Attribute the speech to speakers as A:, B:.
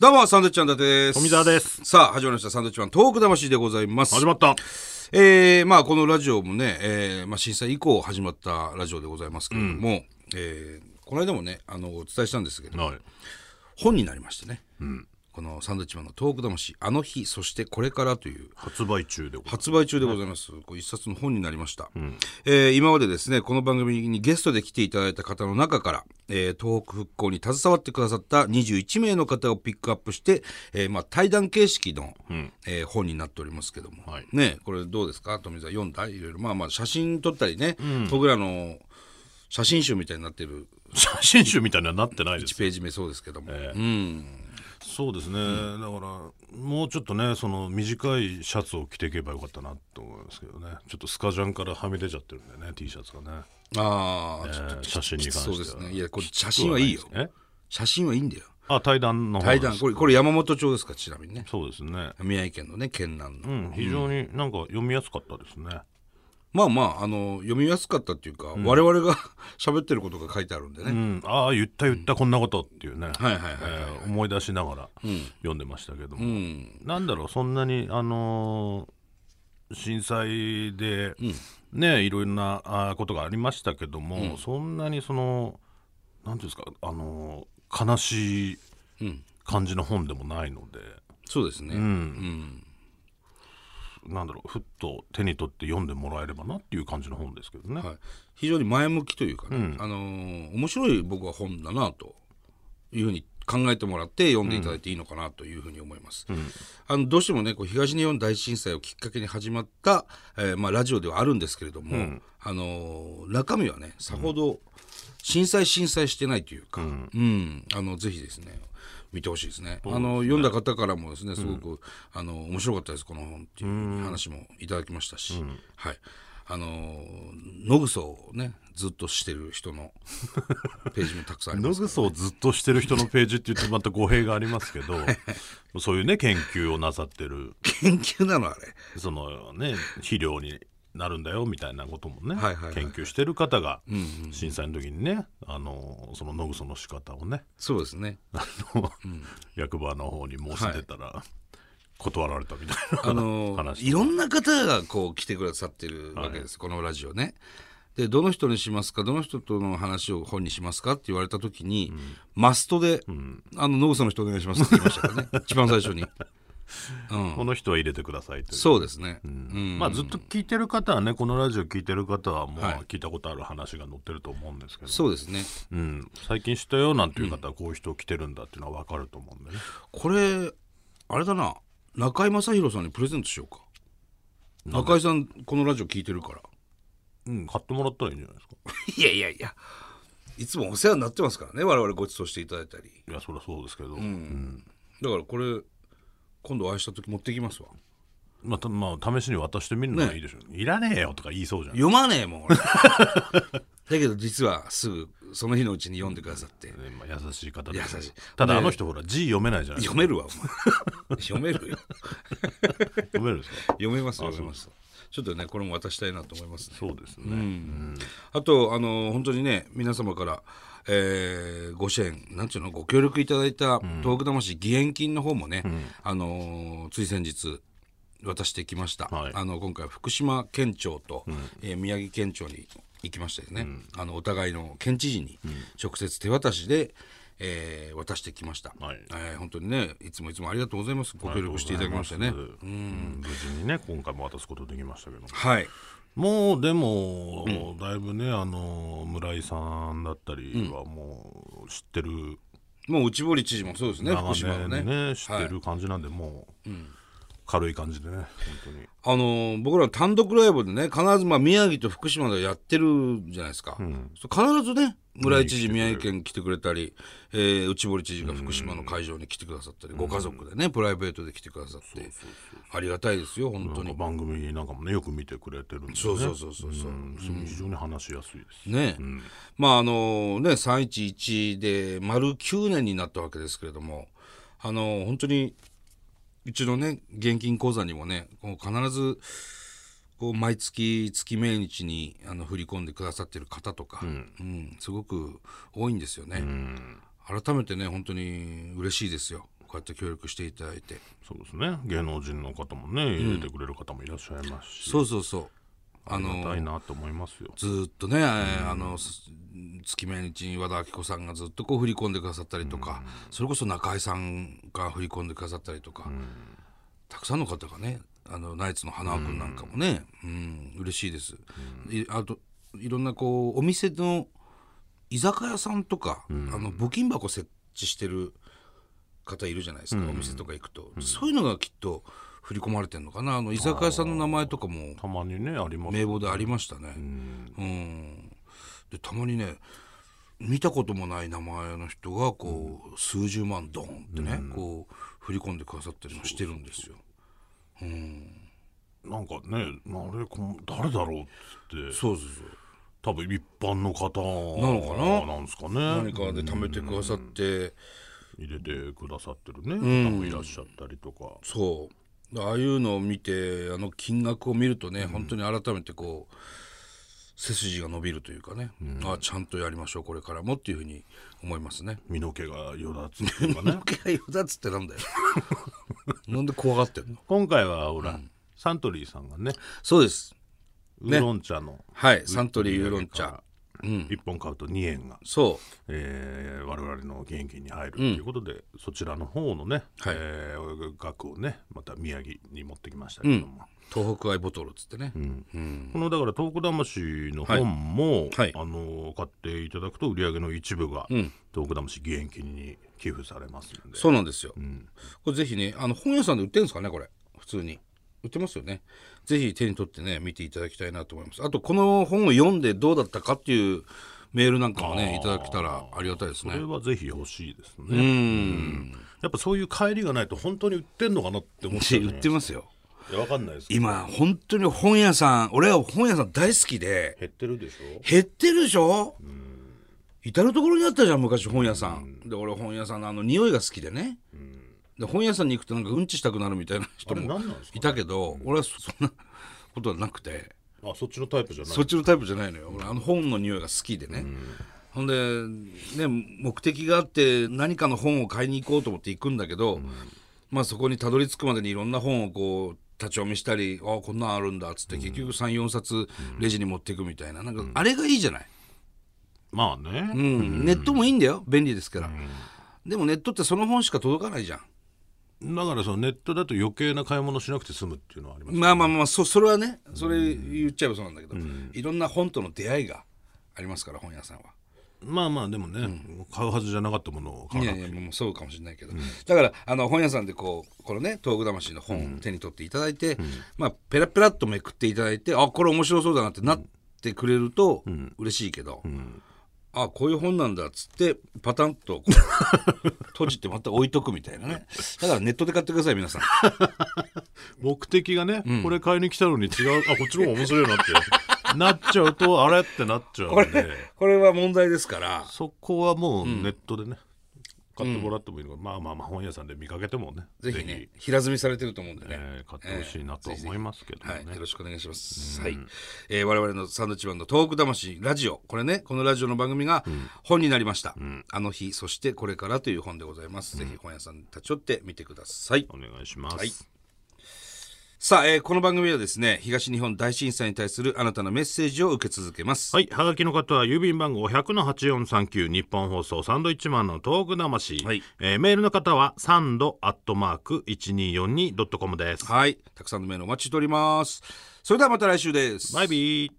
A: どうも、サンドイッチマン伊達です。
B: 富澤です。
A: さあ、始まりました、サンドイッチマン、トーク魂でございます。
B: 始まった。
A: えー、まあ、このラジオもね、えーまあ、震災以降始まったラジオでございますけれども、えーこの間もね、あの、お伝えしたんですけど、
B: はい。
A: 本になりましてね、このサンドイッチマンのトーク魂、あの日、そしてこれからという、
B: 発売中でございます。
A: 発売中でございます。こう一冊の本になりました、えー今までですね、この番組にゲストで来ていただいた方の中から、えー東北復興に携わってくださった21名の方をピックアップして、えーまあ、対談形式の、えー本になっておりますけども、
B: はい
A: ね、これどうですか富澤読んだいろいろ。まあまあ写真撮ったりね、僕らの写真集みたいになってる
B: 写真集みたいにはなってないで
A: 1
B: す。
A: ページ目そうですけども。
B: そうですね。だから、もうちょっとね、その短いシャツを着ていけばよかったなと思いますけどね。ちょっとスカジャンからはみ出ちゃってるんでね、T シャツがね。
A: ああ、ち
B: え
A: ょっと
B: ー写真に関して
A: そ
B: は。
A: うですね。いや、これ写真はいいよ。
B: え
A: 写真はいいんだよ。
B: あ、対談の方
A: 対
B: です
A: 談これこれ山本町ですかちなみにね
B: そうですね。
A: 宮城県のね県南の、
B: うん、非常になんか読みやすかったですね。
A: まあまああの読みやすかったっていうか、我々が 喋ってることが書いてあるんでね、
B: うん、ああ、言った言ったこんなことっていうね。
A: はいはいはいはい
B: えー思い出しながら読んでましたけども、なんだろうそんなにあのー震災で、ねいろいろなあーことがありましたけども、そんなにそのなんていうんですかあのー悲しい感じの本でもないので、
A: そうですね、
B: なんだろうふっと手に取って読んでもらえればなっていう感じの本ですけどね。
A: はい、非常に前向きというかね、あのー面白い僕は本だなというふうに考えてもらって読んでいただいていいのかなというふうに思います。あのどうしてもねこう東日本大震災をきっかけに始まった、えーまあ、ラジオではあるんですけれども、あのー中身はねさほど震災震災してないというか、うんあのぜひですね見てほしいですねあの読んだ方からもですねすごく、あの面白かったですこの本っていう話もいただきましたし、はいあのー野草をねずっとしてる人 のページもたくさんあります
B: 野草をずっとしてる人のページって言ってまた語弊がありますけどそういうね研究をなさってる
A: 研究なのあれ
B: そのね肥料になるんだよみたいなこともね、
A: はいはいはい
B: 研究してる方が震災の時にね、あのその野草の仕方をね
A: そうですね
B: あの、役場の方に申し出たら、断られたみたいな、
A: あの
B: 話とか
A: いろんな方がこう来てくださってるわけです、このラジオね。でどの人にしますかどの人との話を本にしますかって言われた時に、マストで、あの「ノグソの人お願いします」って言いましたからね一番最初に
B: この人は入れてくださいという。
A: そうですね、うん
B: まあ、ずっと聞いてる方はねこのラジオ聞いてる方はもう聞いたことある話が載ってると思うんですけど、
A: そうですね
B: うん、最近知ったよなんていう方はこういう人来てるんだっていうのは分かると思うんでね、
A: これあれだな中居正広さんにプレゼントしようか中居さんこのラジオ聞いてるから
B: うん、買ってもらったらいいんじゃないです
A: い
B: か
A: やいやいやいつもお世話になってますからね我々ご馳走していただいたり
B: いやそりゃそうですけど、
A: だからこれ今度お会いした時持ってきますわ
B: まあたまあ、試しに渡してみるのがいいでしょう、ね、いらねえよとか言いそうじゃん
A: 読まねえもん 俺だけど実はすぐその日のうちに読んでくださって
B: ねまあ、優しい方で
A: 優しい
B: ただ
A: ね
B: あの人ほら字読めないじゃないで
A: 読
B: すか
A: めるわお 前読めるよ
B: 読めるんですか
A: 読めますよ読めますちょっとねこれも渡したいなと思いますね
B: そうですね、
A: あとあの本当にね皆様から、えーご支援なんていうのご協力いただいた「東北魂義援金」の方もね、あのーつい先日渡してきました、
B: はい
A: あの今回福島県庁と、えー宮城県庁に行きましたよね、あのお互いの県知事に直接手渡しで、えー渡してきました、
B: はい
A: えー本当にねいつもいつもありがとうございますご協力していただきましたね
B: うんうん無事にね今回も渡すことできましたけど
A: はい
B: もうでも、だいぶねあの村井さんだったりはもう知ってる、
A: もう内堀知事もそうですね
B: 長
A: 福島の
B: 年ね
A: ね
B: 知ってる感じなんで、もう、軽い感じでね本当に
A: あのー僕ら単独ライブでね必ずまあ宮城と福島でやってるじゃないですか、そう必ずね村井知事宮城県来てくれたり、えー内堀知事が福島の会場に来てくださったり、ご家族でねプライベートで来てくださって、ありがたいですよ本当
B: なん
A: に、
B: か番組なんかもねよく見てくれてるんで、ね、
A: そうそうそうそうそう、
B: うん非常に話しやすいで
A: ね、
B: す
A: まああのね311で丸9年になったわけですけれどもあの本当にうちのね現金口座にもねこう必ずこう毎月月命日にあの振り込んでくださってる方とか、うんすごく多いんですよね、改めてね本当に嬉しいですよこうやって協力していただいて
B: そうですね芸能人の方もね入れてくれる方もいらっしゃいますし、
A: そうそうそうあ
B: ありが
A: の
B: たいなと思いますよ
A: ずーっとね、あのす月命日に和田アキ子さんがずっとこう振り込んでくださったりとか、それこそ中井さんが振り込んでくださったりとか、たくさんの方がねあのナイツの花輪君なんかもね、うん嬉しいです、いあといろんなこうお店の居酒屋さんとか、あの募金箱設置してる方いるじゃないですか、お店とか行くと、そういうのがきっと振り込まれてるのかなあの居酒屋さんの名前とかも
B: たまにねあります
A: 名簿でありましたね。うんでたまにね見たこともない名前の人がこう、数十万ドンってね、こう振り込んでくださったりもしてるんですよ。
B: なんかねあれこん誰だろうっつって
A: そうそうそう
B: 多分一般の方な
A: のかなん
B: ですかね
A: 何かで貯めてくださって、
B: 入れてくださってるね方もいらっしゃったりとか、
A: そうああいうのを見てあの金額を見るとね、本当に改めてこう背筋が伸びるというかね、あちゃんとやりましょうこれからもっていうふうに思います ね。
B: 身の毛がよだつっていうか ね
A: 余計だっつってなんだよ。 なんで怖がってんの
B: 今回はほら、サントリーさんがね
A: そうです。
B: ウーロン茶の
A: はい、サントリーウーロン茶
B: か。1本買うと2円が、
A: そ
B: えー我々の現金に入るということで、そちらの方のね、
A: はい
B: えー額をねまた宮城に持ってきましたけども、
A: う、東北アイボトルっつってね。
B: このだから「東北魂」の本
A: は
B: も、
A: いはい
B: あの買っていただくと売り上げの一部が、東北魂義援金に寄付されますので
A: そうなんですよ。これぜひね、あの本屋さんで売ってるんですかね、これ。普通に。売ってますよね。ぜひ手に取ってね、見ていただきたいなと思います。あと、この本を読んでどうだったかっていうメールなんかもね、いただけたらありがたいです
B: それ
A: ね。
B: はぜひ欲しいですね、
A: うん。
B: やっぱそういう帰りがないと本当に売ってんのかなって思っちゃう、
A: 売ってますよ。
B: いやわかんないですけど
A: 今、本当に本屋さん、俺は本屋さん大好きで、
B: 減ってるでしょ
A: 減ってるでしょ至る所にあったじゃん昔本屋さんで俺本屋さんのあの匂いが好きでねで本屋さんに行くとなんかうんちしたくなるみたいな人
B: あれ
A: も
B: 何なんですかね
A: いたけど俺はそ そんなことはなくて
B: あそっちのタイプじゃない
A: そっちのタイプじゃないのよ俺あの本の匂いが好きでねほんでね目的があって何かの本を買いに行こうと思って行くんだけどまあそこにたどり着くまでにいろんな本をこう立ち読みしたりあこんなんあるんだっつって結局34冊レジに持っていくみたいななんかあれがいいじゃない
B: まあね、
A: うん、ネットもいいんだよ便利ですから、でもネットってその本しか届かないじゃん
B: だからそのネットだと余計な買い物しなくて済むっていうのはあります、
A: まあまあまあそそれはねそれ言っちゃえばそうなんだけど、いろんな本との出会いがありますから本屋さんは。
B: まあまあでもね、買うはずじゃなかったものを買
A: いうやいやもうそうかもしれないけど、だからあの本屋さんでこうこのね「東北魂」の本を手に取っていただいて、まあペラペラっとめくっていただいてあこれ面白そうだなってなってくれると嬉しいけど、あこういう本なんだっつってパタンとこう 閉じてまた置いとくみたいなねだからネットで買ってください皆さん。
B: 目的がね、これ買いに来たのに違うあこっちの方が面白いなって なっちゃうとあれってなっちゃう ん
A: こ
B: で
A: れ、これは問題ですから。
B: そこはもうネットでね、買ってもらってもいいのか、まあまあまあ本屋さんで見かけてもね
A: ぜひね、平積みされてると思うんでね。
B: えー買ってほしいなと思いますけどね、
A: はい、よろしくお願いします。はい、えー我々のサンドウィッチマンのトーク魂ラジオ、これね、このラジオの番組が本になりました。あの日、そしてこれからという本でございます。ぜひ本屋さんに立ち寄ってみてください。
B: お願いします、
A: はいさあ、えーこの番組はですね、東日本大震災に対するあなたのメッセージを受け続けます。
B: はい、はがきの方は郵便番号100-8439日本放送サンドイッチマンのトーク魂、
A: はい
B: えーメールの方はサンドアットマーク 1242.com です。
A: はい、たくさんのメールお待ちしております。それではまた来週です。
B: バイビー。